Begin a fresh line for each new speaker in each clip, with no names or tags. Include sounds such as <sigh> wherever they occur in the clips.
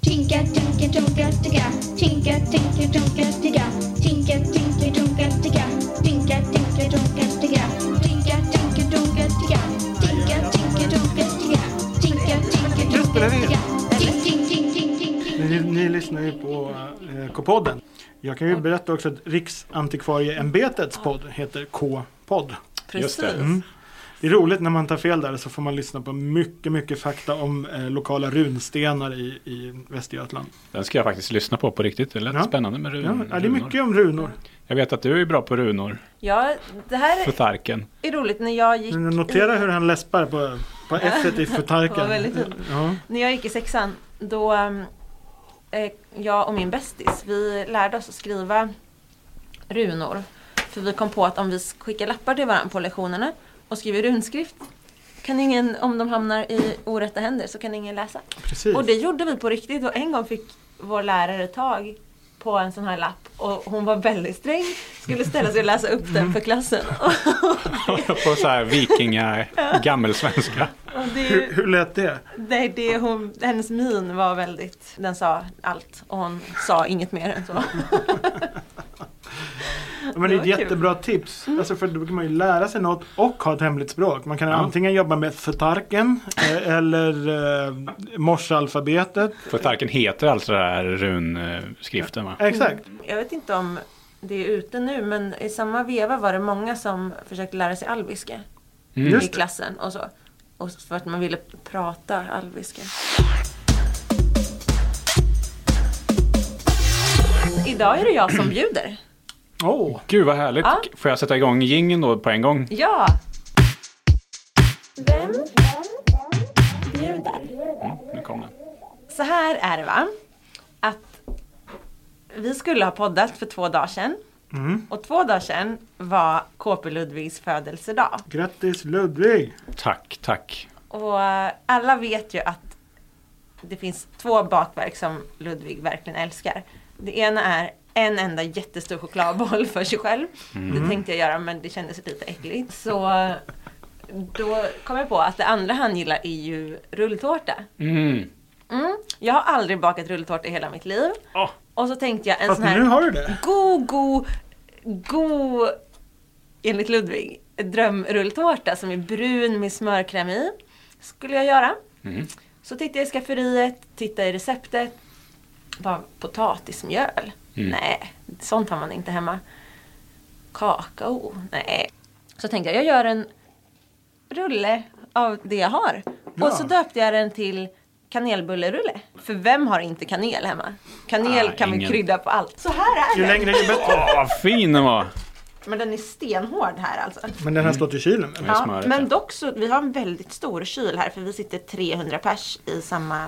Tinka, tinka, tonka, ticka. Tinka, tinka, tonka, ticka. Tinka, tinka, tonka, ticka. Tinka, tinka, tonka, ticka. Tinka, tinka, tonka, ticka. Tinka, tinka, tonka, ticka. Tinka, tinka,
Nu
tonka,
spelar vi in.
ticka. Tink, tink, tink, tink, tink.
Ni, ni lyssnar ju på eh, K-podden. Jag kan ju berätta också att Riksantikvarieämbetets podd heter K-podd.
Just
Precis.
det.
Mm. Det är roligt när man tar fel där så får man lyssna på mycket, mycket fakta om eh, lokala runstenar i, i Västergötland.
Den ska jag faktiskt lyssna på på riktigt. Det lät
Ja.
spännande med
Ja,
Mm, runor.
men, ja, det är mycket om runor.
Jag vet att du är bra på runor.
Ja, det här
Futarken.
är roligt. När jag gick,
Men Notera hur han läspar på, på F
<laughs>
i
Det
förtarken.
var väldigt fint.
Ja.
när jag gick i sexan, då um, eh, jag och min bästis, vi lärde oss att skriva runor. För vi kom på att om vi skickar lappar till varandra på lektionerna och skriver runskrift, kan ingen, om de hamnar i orätta händer så kan ingen läsa.
Precis.
Och det gjorde vi på riktigt och en gång fick vår lärare tag på en sån här lapp och hon var väldigt sträng. Skulle ställa sig och läsa upp den för klassen.
<laughs>
<laughs>
på så
<laughs>
här vikinga, gammelsvenska.
Och det är
Hur,
ju,
hur lät det?
nej, det är hon, hennes min var väldigt, den sa allt och hon sa inget mer än så.
Ja, Men det är ett
Det var kul. Mm.
jättebra tips. Alltså för då kan man ju lära sig något och ha ett hemligt språk. Man kan antingen jobba med förtarken eh, eller eh, morsealfabetet.
Mm.
Futarken heter alltså den här runskriften va?
Exakt.
Jag vet inte om det är ute nu men i samma veva var det många som försökte lära sig alviska
Mm.
i
Just det.
klassen och så. Och för att man ville prata alviska. Idag är det jag som bjuder.
Åh,
Gud vad härligt.
Ja.
Får jag sätta igång jingeln då på en gång?
Ja,
Vem bjuder?
Nu kom den.
så här är det va. Att vi skulle ha poddat för två dagar sedan.
Mm.
Och två dagar sedan var KP Ludvigs födelsedag.
grattis Ludvig!
Tack, tack.
Och eh, alla vet ju att det finns två bakverk som Ludvig verkligen älskar. Det ena är en enda jättestor chokladboll för sig själv. Det tänkte jag göra men det kändes lite äckligt. Så eh, då kom jag på att det andra han gillar är ju rulltårta.
Mm.
Mm. Jag har aldrig bakat rulltårta i hela mitt liv.
Åh.
Och så tänkte jag en
Fast
sån här
nu har du det.
god, god, god, enligt Ludvig, drömrulltårta som är brun med smörkräm i. Skulle jag göra.
Mm.
Så tittade jag i skafferiet, tittade i receptet. Bara potatismjöl?
Mm.
Nej, sånt har man inte hemma. Kakao? Nej. Så tänkte jag, jag gör en rulle av det jag har.
Ja.
Och så döpte jag den till kanelbullerulle. För vem har inte kanel hemma? Kanel
Ah,
kan vi
ingen.
krydda på allt. Så här är
Ju
den.
längre ju bättre.
Åh, vad fin den var!
Men den är stenhård här alltså.
Men den har stått i kylen. eller?
Med smöret,
men
ja.
dock så, vi har en väldigt stor kyl här för vi sitter 300 pers i samma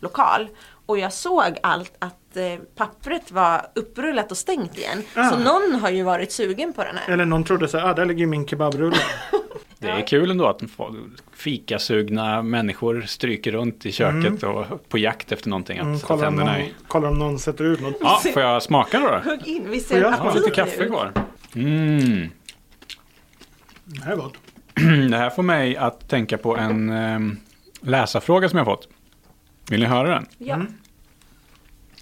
lokal. Och jag såg allt att eh, pappret var upprullat och stängt igen.
Ah.
Så någon har ju varit sugen på den här.
Eller någon trodde så här, ah, där ligger ju min kebabrulle.
Det är kul ändå att få- fikasugna människor stryker runt i köket och på jakt efter någonting att
Mm,
sätta
kollar, om
tänderna
någon,
i.
kollar om någon sätter ut något.
Ja, får jag smaka då? då?
Hugg in, vi
Får
ser
jag
Jag har lite kaffe kvar. Mm. <clears throat>
Det här är gott.
Det här får mig att tänka på en ehm, läsarfråga som jag fått. Vill ni höra den?
Ja.
Mm.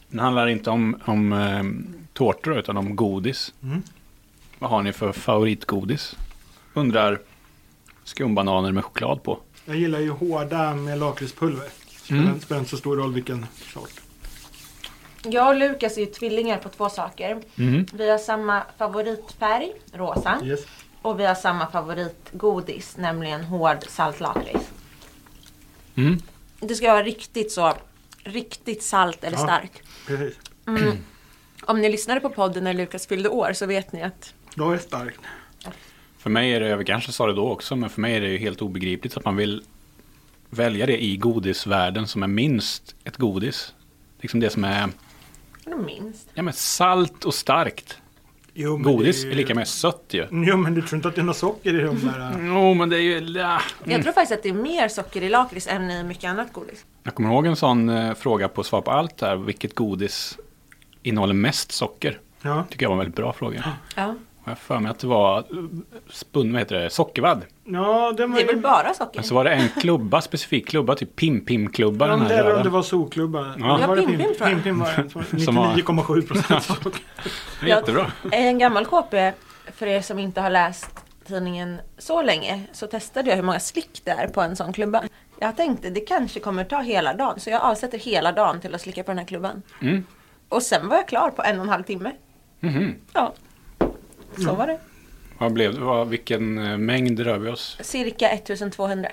Den handlar inte om, om ehm, tårtor utan om godis.
Mm.
Vad har ni för favoritgodis? Undrar skumbananer med choklad på.
Jag gillar ju hårda med lakritspulver. Spelar
Mm.
spelar inte så stor roll vilken sort.
Jag och Lukas är ju tvillingar på två saker.
Mm.
Vi har samma favoritfärg, rosa.
Yes.
Och vi har samma favoritgodis, nämligen hård saltlakrits.
Mm.
Det ska vara riktigt så, riktigt salt eller
Ja.
stark.
Precis.
Om ni lyssnade på podden när Lukas fyllde år så vet ni att
Då är det starkt.
För mig är det, jag kanske sa det då också, men för mig är det ju helt obegripligt att man vill välja det i godisvärlden som är minst ett godis. Liksom det som är
vadå minst.
ja, men salt och starkt.
Jo, men
Godis
det
är lika med sött ju.
<laughs> Jo men du tror inte att det är något socker i de där? äh?
Jo, men det är ju... ja.
Jag tror faktiskt att det är mer socker i lakrits än i mycket annat godis.
Jag kommer ihåg en sån eh, fråga på Svar på allt där. Vilket godis innehåller mest socker?
Ja.
Tycker jag var en väldigt bra fråga.
Ja.
Jag har för mig att det var eh, spun, vad heter det, sockervadd.
Ja, den var
Det är väl bara socker?
Men så var det en klubba, specifik klubba, typ Pim-Pim-klubba.
Ja,
den
men
här
det eller om
röda.
det var solklubbar.
Ja.
Ja,
var det
Pim Pim, tror jag.
Pim Pim var det. som var
<laughs> Som var-
99,7
<laughs>
procent socker.
Jättebra.
En gammal KP, för er som inte har läst tidningen så länge, så testade jag hur många slick det är på en sån klubba. Jag tänkte det kanske kommer ta hela dagen, så jag avsätter hela dagen till att slicka på den här klubban.
Mm.
Och sen var jag klar på en och en halv timme.
Mhm. Mm.
Ja, så var det.
Vad blev det? Vad, vilken eh, mängd rör vi oss?
Cirka 1200.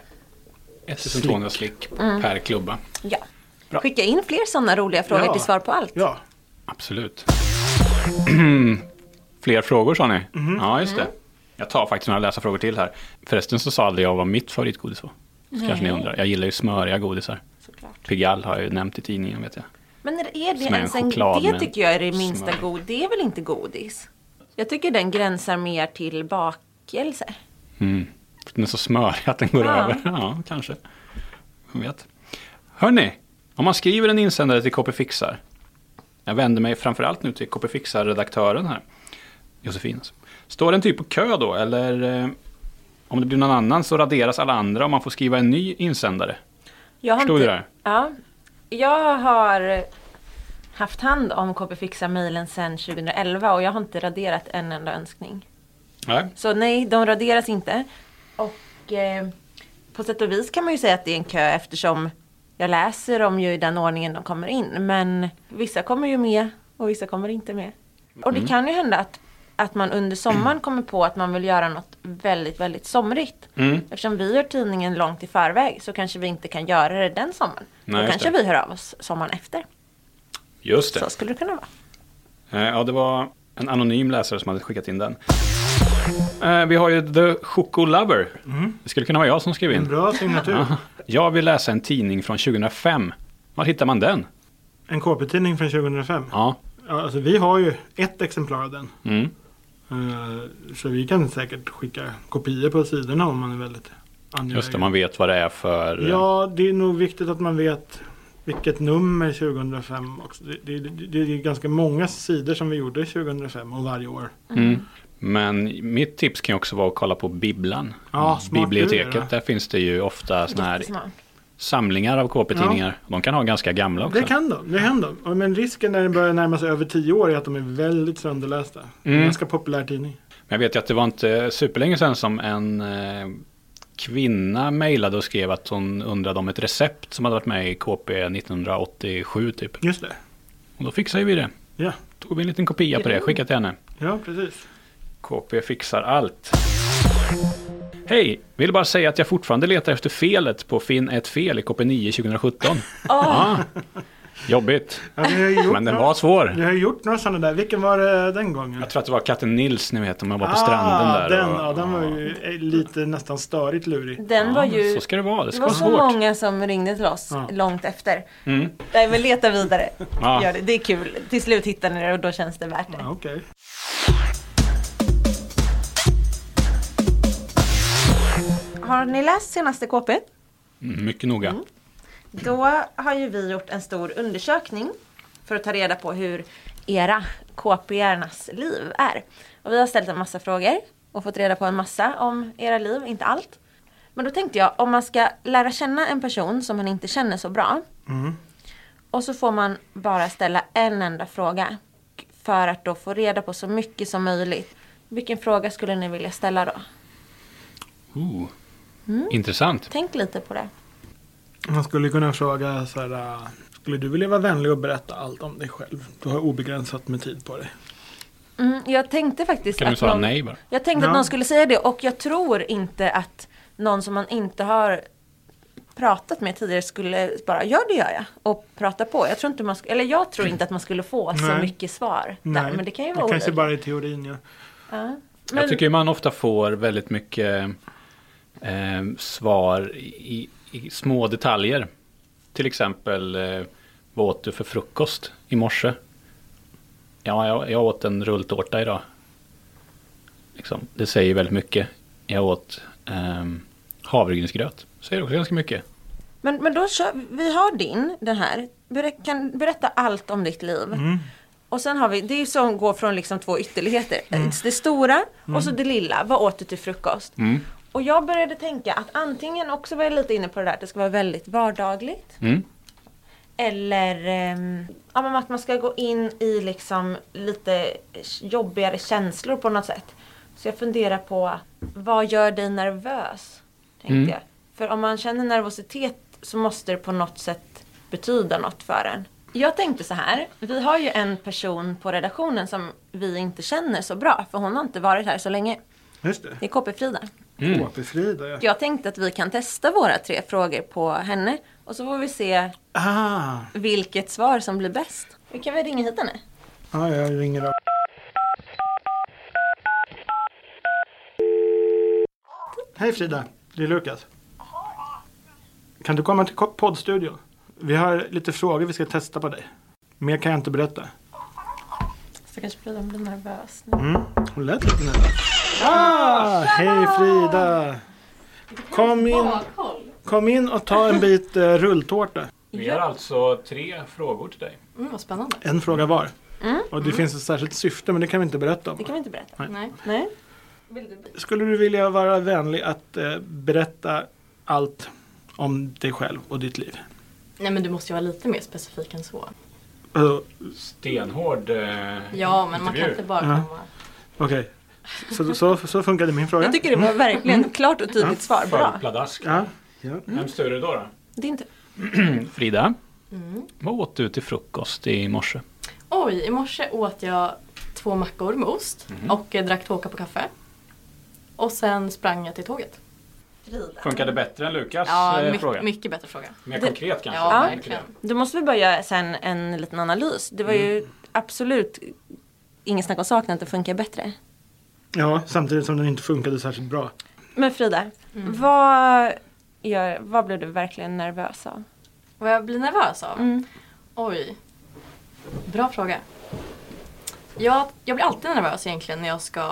1200 slick per klubba.
Ja.
Bra.
Skicka in fler sådana roliga frågor
Ja.
till Svar på allt.
Ja,
Absolut. <clears throat> Fler frågor sa ni? Ja, just det. Jag tar faktiskt några läsarfrågor till här. Förresten så sa aldrig jag vad mitt favoritgodis var. Så kanske ni undrar. Jag gillar ju smöriga godisar.
Såklart.
Pigalle har jag ju nämnt i tidningen vet jag.
Men är det
Som är en
ens en
choklad
Det
med
tycker jag är det minsta
smör.
godis. Det är väl inte godis? Jag tycker den gränsar mer till bakelse.
Mm. Den är så smörig att den går
Ja.
över. Ja, kanske. Vem vet. Hörni, om man skriver en insändare till KP Fixar. Jag vänder mig framförallt nu till KP Fixar-redaktören här. Josefin. alltså. Står en typ på kö då, eller eh, om det blir någon annan så raderas alla andra och man får skriva en ny insändare?
Jag har
Förstod
inte-
du det?
Ja. Jag har haft hand om KB Fixa mejlen sedan 2011 och jag har inte raderat en enda önskning.
Nej.
Så nej, de raderas inte. Och eh, på sätt och vis kan man ju säga att det är en kö eftersom jag läser dem ju i den ordningen de kommer in. Men vissa kommer ju med och vissa kommer inte med. Och
Mm.
det kan ju hända att, att man under sommaren kommer på att man vill göra något väldigt, väldigt somrigt.
Mm.
Eftersom vi gör tidningen långt i förväg så kanske vi inte kan göra det den sommaren.
Nej,
Då
just
kanske
det.
vi hör av oss sommaren efter.
Just
Så skulle det kunna vara.
Eh, Ja, det var en anonym läsare som hade skickat in den. Eh, Vi har ju The Choco Lover. Det skulle kunna vara jag som skrev in.
en bra signatur.
Jag vill läsa en tidning från 2005. Var hittar man den?
En KP-tidning från 2005.
Ja.
Ja, alltså, vi har ju ett exemplar av den.
Mm.
Eh, Så vi kan säkert skicka kopior på sidorna om man är väldigt angelägen.
Just det, man vet vad det är för... eh,
Ja, det är nog viktigt att man vet vilket nummer 2005 också. Det, det, det, det är ganska många sidor som vi gjorde 2005 och varje år.
Mm. Men mitt tips kan ju också vara att kolla på Bibblan.
Ja, smart
Biblioteket,
du är, va?
där finns det ju ofta såna här
Jättesmart.
samlingar av KP-tidningar. De kan ha ganska gamla också.
Det kan de, det kan de. Och- Men risken när den börjar närma sig över 10 år är att de är väldigt sönderlästa. Mm.
Mm.
En ganska populär tidning.
Men jag vet ju att det var inte superlänge sedan som en eh, kvinna mejlade och skrev att hon undrade om ett recept som hade varit med i KP 1987 typ.
Just det.
Och då fixade vi det.
Ja,
Tog vi en liten kopia på det, skickade till henne.
ja precis.
KP fixar allt. Hej! Vill bara säga att jag fortfarande letar efter felet på Finn ett fel i KP9 2017. ah, jobbigt.
Ja, vi har
<laughs>
ju gjort
Men den
några-
var
Vi
svår.
har ju gjort några sådana där. Vilken var det den gången?
Jag tror att det var katten Nils, ni vet, de var på stranden där.
Ah, Den,
och-
ja, den var ju eh, lite nästan störigt lurig.
Den
Ja,
var ju...
Så ska det vara, det
Det
ska
var
vara
så
svårt.
många som ringde till oss
Ja.
långt efter.
Mm.
Nej men leta vidare.
Ja.
Gör det. det är kul. Till slut hittar ni det och då känns det värt det.
Ja, Okej.
Har ni läst senaste KP?
Mm, mycket noga.
Då har ju vi gjort en stor undersökning för att ta reda på hur era KP-arnas liv är. Och vi har ställt en massa frågor och fått reda på en massa om era liv, inte allt. Men då tänkte jag, om man ska lära känna en person som man inte känner så bra
Mm.
och så får man bara ställa en enda fråga för att då få reda på så mycket som möjligt. Vilken fråga skulle ni vilja ställa då?
Ooh.
Mm.
Intressant.
Tänk lite på det.
Man skulle kunna fråga så här. äh, Skulle du vilja vara vänlig och berätta allt om dig själv? Du har obegränsat med tid på dig.
Mm, jag tänkte faktiskt
Kan du
att
svara
någon-
nej bara?
Jag tänkte att
Ja.
någon skulle säga det och jag tror inte att någon som man inte har pratat med tidigare skulle bara ja det gör jag och prata på. Jag tror inte man sk- eller jag tror inte att man skulle få så
Nej.
mycket svar där, men det kan ju vara
Det kanske
olika.
bara i teorin. Ja.
Ja.
Jag
Men-
tycker ju man ofta får väldigt mycket eh, svar i, i små detaljer. Till exempel, eh, vad åt du för frukost i morse? Ja, jag, jag åt en rulltårta idag. Liksom, det säger väldigt mycket. Jag åt eh, havregrynsgröt. Säger också ganska mycket.
Men,
Mm.
men då kör vi, har din, den här. Ber, kan berätta allt om ditt liv. Och sen har vi, det är ju som går från liksom två ytterligheter.
Mm.
Det stora och så det lilla. Vad åt du till frukost? Och jag började tänka att antingen också var jag lite inne på det där att det ska vara väldigt vardagligt.
Mm.
Eller ehm, ja, men att man ska gå in i liksom lite jobbigare känslor på något sätt. Så jag funderar på vad gör dig nervös? Tänkte
Mm.
jag. För om man känner nervositet så måste det på något sätt betyda något för en. Jag tänkte så här. Vi har ju en person på redaktionen som vi inte känner så bra. För hon har inte varit här så länge.
Just det.
Det är KP-Frida.
Mm.
Återfrida ja.
Jag tänkte att vi kan testa våra tre frågor på henne. Och så får vi se
Ah,
vilket svar som blir bäst. Vi kan väl ringa hit henne?
ja, jag ringer av. Hej Frida, det är Lukas. Kan du komma till ko- poddstudion? Vi har lite frågor vi ska testa på dig. Mer kan jag inte berätta.
Stackars Frida blir nervös nu.
Mm, hon lät lite nervös. Ah, hej Frida! Kom in, kom in och ta en bit eh, rulltårta.
Vi har alltså tre frågor till dig.
Mm, vad spännande.
En fråga var. Och det finns ett särskilt syfte men det kan vi inte berätta om.
Det kan vi inte berätta.
Nej.
Nej.
Skulle du vilja vara vänlig att eh, berätta allt om dig själv och ditt liv?
Nej men du måste ju vara lite mer specifik än så.
Uh,
Stenhård eh,
Ja men man kan
intervju.
inte bara
Ja.
komma.
Okej, så, så, så funkade min fråga.
Jag tycker det var verkligen klart och tydligt svar.
För
Bra.
pladask.
Ja, ja.
Vem styr du då? då?
Det är inte...
Frida,
Mm.
vad åt du till frukost i morse?
Oj, i morse åt jag två mackor med ost
Mhm.
och eh, drack två koppar kaffe. Och sen sprang jag till tåget.
Frida.
Funkade bättre än Lukas
Ja,
eh,
mycket,
fråga?
mycket bättre fråga.
Mer konkret kanske?
Ja,
Mer
verkligen.
konkret.
Då måste vi bara göra sen en liten analys. Det var ju absolut ingen snack om saken att det funkar bättre.
ja, samtidigt som den inte funkade särskilt bra.
Men Frida, vad, gör, vad blev du verkligen nervös av?
Vad jag blir nervös av?
Mm.
Oj. Bra fråga. Jag, jag blir alltid nervös egentligen när jag ska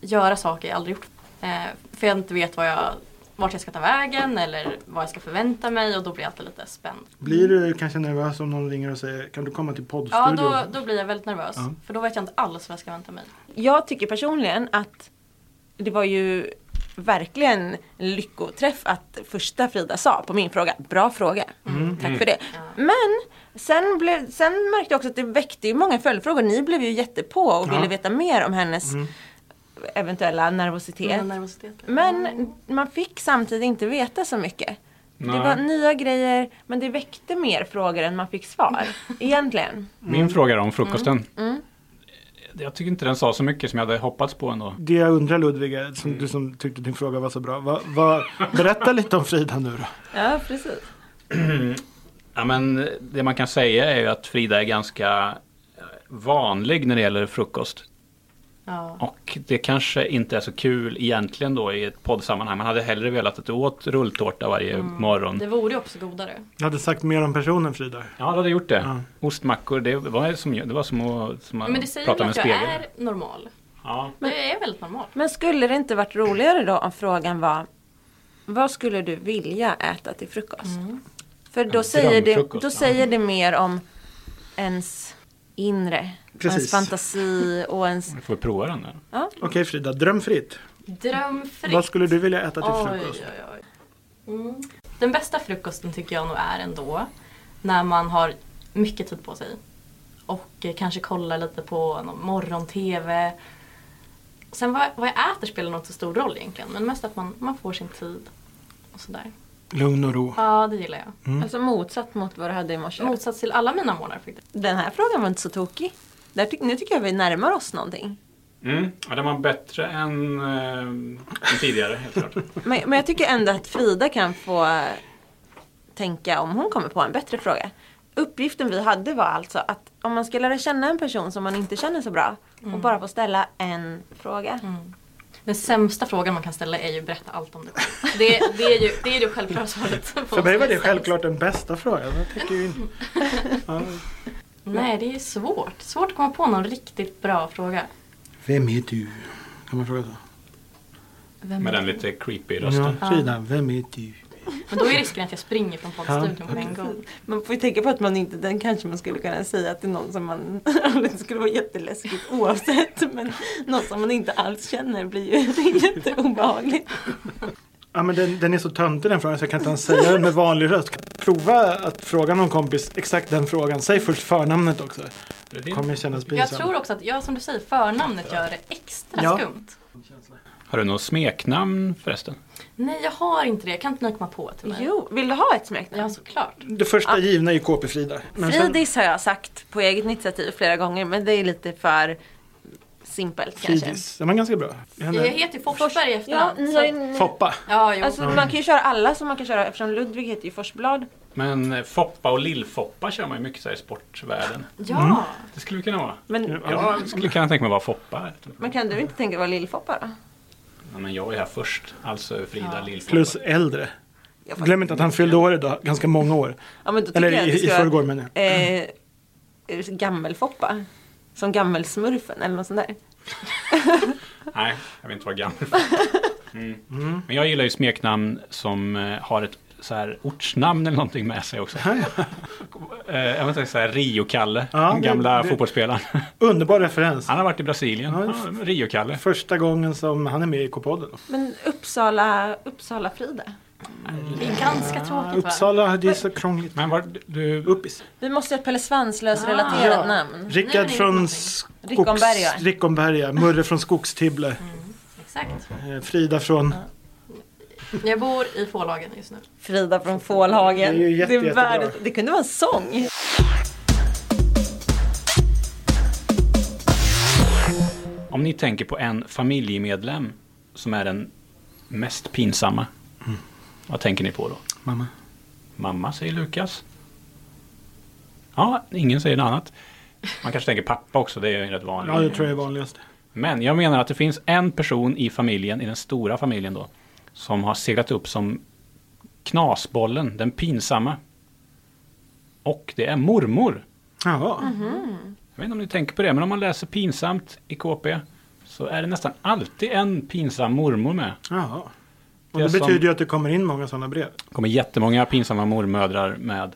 göra saker jag aldrig gjort. Eh, för jag inte vet vad jag, vart jag ska ta vägen eller vad jag ska förvänta mig och då blir jag alltid lite spänd.
Blir du kanske nervös om någon ringer och säger kan du komma till
Ja,
poddstudion?
då, då blir jag väldigt nervös.
Ja.
För då vet jag inte alls vad jag ska vänta mig.
Jag tycker personligen att det var ju verkligen en lyckoträff att första Frida sa på min fråga. Bra fråga. Mm, Tack för det. Men sen, blev, sen märkte jag också att det väckte ju många följdfrågor. Ni blev ju jättepå och
Ja.
ville veta mer om hennes eventuella nervositet.
Mina nervositeter.
Men man fick samtidigt inte veta så mycket.
Nej.
Det var nya grejer men det väckte mer frågor än man fick <laughs> svar. Egentligen.
Mm.
Min fråga då om frukosten. Jag tycker inte den sa så mycket som jag hade hoppats på ändå.
Det jag undrar Ludvig, är, som, du som tyckte din fråga var så bra. Vad, vad, berätta lite om Frida nu då.
Ja precis.
Ja, men eh, det man kan säga är ju att Frida är ganska eh, vanlig när det gäller frukost.
Ja.
Och det kanske inte är så kul egentligen då i ett poddsammanhang. Man hade hellre velat att du åt rulltårta varje morgon.
Mm. Det vore ju också godare.
Jag hade sagt mer om personen Frida.
Ja, du hade gjort det.
Ja.
Ostmackor, det var som, det var som att, som att
Men det säger väl
prata med en
att jag
spegel.
är normal.
Ja.
Men jag är väldigt normal.
Men skulle det inte varit roligare då om frågan var vad skulle du vilja äta till frukost? För då,
En
säger det,
drömfrukost,
då
ja.
säger det mer om ens inre. Ens
Precis.
fantasi och ens...
Du får vi prova den där.
Okej Frida, dröm fritt.
Drömfritt.
Vad skulle du vilja äta till
Oj,
frukost?
oj, oj. Mm. Den bästa frukosten tycker jag nog är ändå när man har mycket tid på sig och eh, kanske kollar lite på någon morgon-tv. Sen vad, vad jag äter spelar nog inte så stor roll egentligen men mest att man, man får sin tid och sådär.
Lugn och ro.
Ja, det gillar jag.
Alltså motsatt mot vad du hade i morse.
Motsats till alla mina månader faktiskt.
Den här frågan var inte så tokig. Där tyck- nu tycker jag vi närmar oss någonting.
Mm. Ja, den var bättre än, eh, än tidigare, helt klart.
Men, men jag tycker ändå att Frida kan få eh, tänka om hon kommer på en bättre fråga. Uppgiften vi hade var alltså att om man ska lära känna en person som man inte känner så bra
Mm.
och bara få ställa en fråga.
Den sämsta frågan man kan ställa är ju berätta allt om dig själv. <laughs> Det, det är ju det, är ju det självklara <laughs> svaret.
För mig var det självklart den bästa frågan. Jag tycker ju inte- ja.
Nej, det är svårt. Svårt att komma på någon riktigt bra fråga.
Vem är du? Kan man fråga så?
Vem
Med
är
den
du?
lite creepy rösten.
Ja, Frida, vem är du?
Men då är risken att jag springer från poddstudion på en gång.
Man får ju tänka på att man inte, den kanske man skulle kunna säga till någon som man, <laughs> det skulle vara jätteläskigt oavsett, men någon som man inte alls känner blir ju <laughs> jätteobehagligt.
Ja, men den, den är så töntig den frågan så jag kan inte ens säga den med vanlig röst. Prova att fråga någon kompis exakt den frågan. Säg först förnamnet också.
Mm.
Det kommer ju kännas
Jag
pinsamt.
tror också att, ja, som du säger, förnamnet gör det extra
Ja.
skumt.
Har du något smeknamn förresten?
Nej, jag har inte det. Kan inte ni komma på till mig?
Jo, vill du ha ett smeknamn?
Ja, såklart.
Det första givna är ju KP-Frida. Men sen-
Fridis har jag sagt på eget initiativ flera gånger, men det är lite för simpelt kanske.
Fridis. Den var ganska bra. Henne-
Jag heter ju Forsberg i
Ja,
efternamn.
ni
så-
har ju,
Foppa.
ja, jo.
alltså, man kan ju köra alla som man kan köra, eftersom Ludvig heter ju Forsblad.
Men eh, Foppa och Lill-Foppa kör man ju mycket så här i sportvärlden.
ja.
Det skulle vi kunna vara.
Men,
Jag skulle kunna tänka mig att vara Foppa. här.
men kan du inte tänka vara Lill-Foppa då?
Ja, men jag är här först. Alltså Frida Lill-Foppa.
Plus äldre.
Jag fattar.
Glöm inte att han fyllde år idag. Ganska många år.
Ja, men då tycker
Eller
jag att
i,
det
i
ska
förrgår
vara
menar jag.
eh, gammel-Foppa. Som gammelsmurfen eller något sånt där.
Nej, jag vill inte vara gammal. Mm. Men jag gillar ju smeknamn som eh, har ett så här ortsnamn eller någonting med
<laughs>
sig också. Eh, Jag vill säga så här Rio-Kalle,
Ja,
den
det-
gamla
det- <laughs>
fotbollsspelaren.
Underbar referens.
Han har varit i Brasilien.
Ja,
Ja, Rio-Kalle.
Första gången som han är med i K-podden.
Men Uppsala, Uppsala-Frida.
Det är ganska tråkigt va?
Mm. Uppsala, det är så krångligt.
Men var du...
Uppis.
Vi måste göra ett Pelle Svanslös-relaterat
Ja.
namn.
Nej,
Rickard
men det är
från
någonting.
Skogs...
Rickomberga.
Rickomberga. Murre från Skogstibble.
Exakt.
Eh, Frida från...
Jag bor i Fålhagen just nu.
Frida från Fålhagen.
Det är ju jätte, jättebra.
Det kunde vara en sång.
Om ni tänker på en familjemedlem som är den mest pinsamma.
Mm.
Vad tänker ni på då?
Mamma.
Mamma säger Lukas. Ja, ingen säger något annat. Man kanske tänker pappa också, det är ju rätt vanligt.
Ja, det tror jag är vanligast.
Men jag menar att det finns en person i familjen, i den stora familjen då, som har seglat upp som knasbollen, den pinsamma. Och det är mormor.
Jaha.
Jag vet inte om ni tänker på det, men om man läser pinsamt i KP så är det nästan alltid en pinsam mormor med.
Jaha. Och det,
Det är som-
betyder ju att det kommer in många sådana brev.
Det kommer jättemånga pinsamma mormödrar med.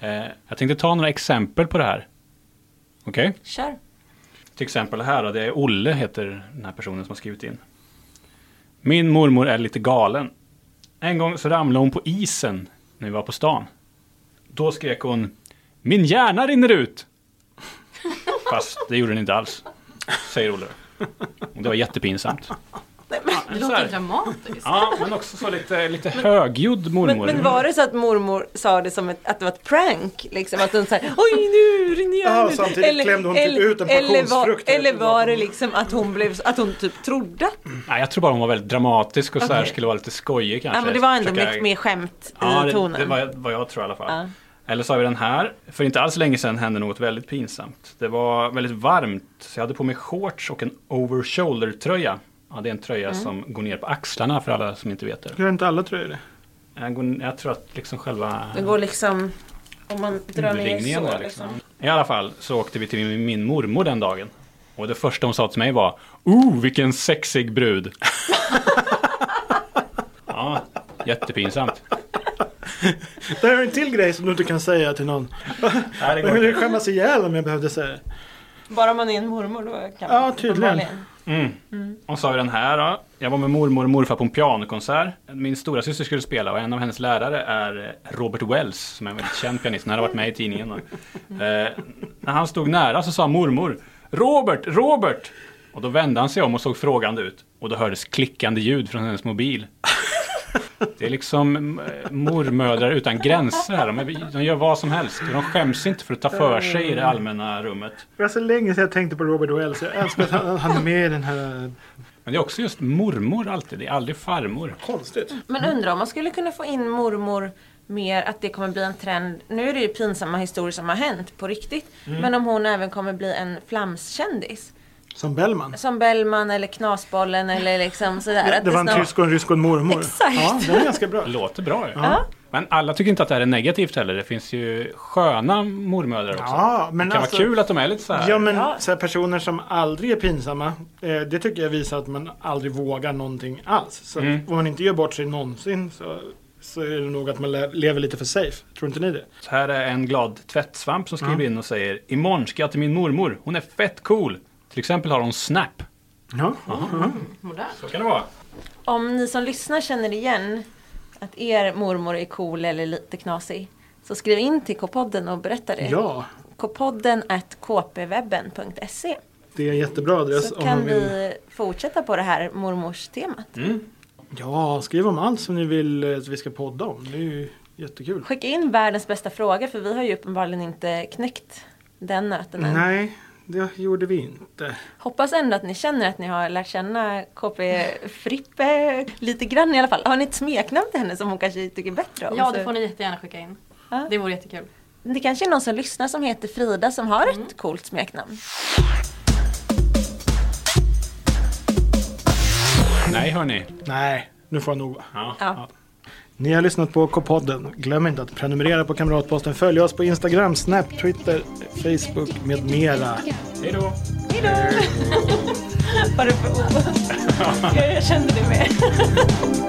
Eh, jag tänkte ta några exempel på det här. Okej?
Kör.
Till exempel här då, det är Olle heter den här personen som har skrivit in. Min mormor är lite galen. En gång så ramlade hon på isen när vi var på stan. Då skrek hon Min hjärna rinner ut!
<laughs>
Fast det gjorde den inte alls, säger Olle. Och det var jättepinsamt.
Det
Så här.
låter dramatiskt.
Ja, men också så lite, lite högljudd
Men,
mormor.
men var det så att mormor sa det som ett, att det var ett prank? Liksom att hon sa oj nu rinner
Ja,
jag
samtidigt klämde hon typ ut en
eller var,
passionsfrukt.
eller var det liksom att hon, blev, att hon typ trodde att
Nej, jag tror bara hon var väldigt dramatisk och så här
Okej.
skulle vara lite skojig kanske.
Ja men det var ändå
Försöka-
mycket mer skämt i
Ja,
tonen.
det, det var jag- vad jag tror i alla fall.
Ja.
Eller så har vi den här. För inte alls länge sedan hände något väldigt pinsamt. Det var väldigt varmt, så jag hade på mig shorts och en over shoulder tröja. Ja, det är en tröja
Mm.
som går ner på axlarna för alla som inte vet det.
Gör inte alla tror jag det?
Jag, går, jag tror att liksom själva
Det går liksom, om man drar ner
urringningen
så
där
liksom.
liksom. I alla fall så åkte vi till min, min mormor den dagen. Och det första hon sa till mig var Oh, vilken sexig brud! <laughs> ja, jättepinsamt.
Det här är en till grej som du inte kan säga till någon.
Nej, det
Jag skulle skämmas ihjäl om jag behövde säga det.
Bara man är en mormor då kan
Ja,
man
tydligen.
uppenbarligen.
Och så har vi den här då. Jag var med mormor och morfar på en pianokonsert. Min stora syster skulle spela och en av hennes lärare är eh, Robert Wells som är en väldigt känd pianist. Han har varit med i tidningen. Och, eh, när han stod nära så sa mormor Robert, Robert! Och då vände han sig om och såg frågande ut. Och då hördes klickande ljud från hennes mobil. Det är liksom eh, mormödrar utan gränser här. De, är, de gör vad som helst. De skäms inte för att ta för sig i det allmänna rummet.
Det var så länge sedan jag tänkte på Robert Wells. Jag älskar att han, han är med i den här...
Men det är också just mormor alltid. Det är aldrig farmor.
Konstigt.
Men undrar om man skulle kunna få in mormor mer att det kommer bli en trend. Nu är det ju pinsamma historier som har hänt på riktigt.
Mm.
Men om hon även kommer bli en flamskändis.
Som Bellman.
Som Bellman eller Knasbollen eller liksom sådär.
Det,
att
var en
snart-
tysk och en rysk och en mormor.
Exakt.
Ja, den är ganska bra.
Låter bra ju.
Ja.
Men alla tycker inte att det här är negativt heller. Det finns ju sköna mormödrar också.
Ja, men
det kan
alltså-
vara kul att de är lite så här.
Ja men
Ja.
Så här, personer som aldrig är pinsamma, eh, det Mm. tycker jag visar att man aldrig vågar någonting alls. Så om man inte gör bort sig någonsin så så är det nog att man le- lever lite för safe. Tror inte ni det?
Så här är en glad tvättsvamp som skriver in och säger Imorgon ska jag till min mormor. Hon är fett cool. Till exempel har hon Snap.
Ja.
Modernt.
Så kan det vara.
Om ni som lyssnar känner igen att er mormor är cool eller lite knasig så skriv in till K-podden och berätta det.
ja,
K-podden at kpwebben.se
det är en jättebra adress
så
om man
kan
vill. Mm.
vi fortsätta på det här mormorstemat.
Ja, skriv om allt som ni vill eh, att vi ska podda om. Det är ju jättekul.
Skicka in världens bästa fråga för vi har ju uppenbarligen inte knäckt den nöten än.
Nej, det gjorde vi inte.
Hoppas ändå att ni känner att ni har lärt känna KP Frippe lite grann i alla fall. Har ni ett smeknamn till henne som hon kanske tycker bättre om?
Ja,
Så-
det får ni jättegärna skicka in.
Ja.
Det vore jättekul.
Det kanske är någon som lyssnar som heter Frida som har ett coolt smeknamn.
Nej hörni.
Nej, nu får jag nog va.
Ja.
Ja.
Ni har lyssnat på K-podden. Glöm inte att prenumerera på Kamratposten. Följ oss på Instagram, Snap, Twitter, Facebook med mera.
Hej då.
Vad det för ord? Jag kände det med.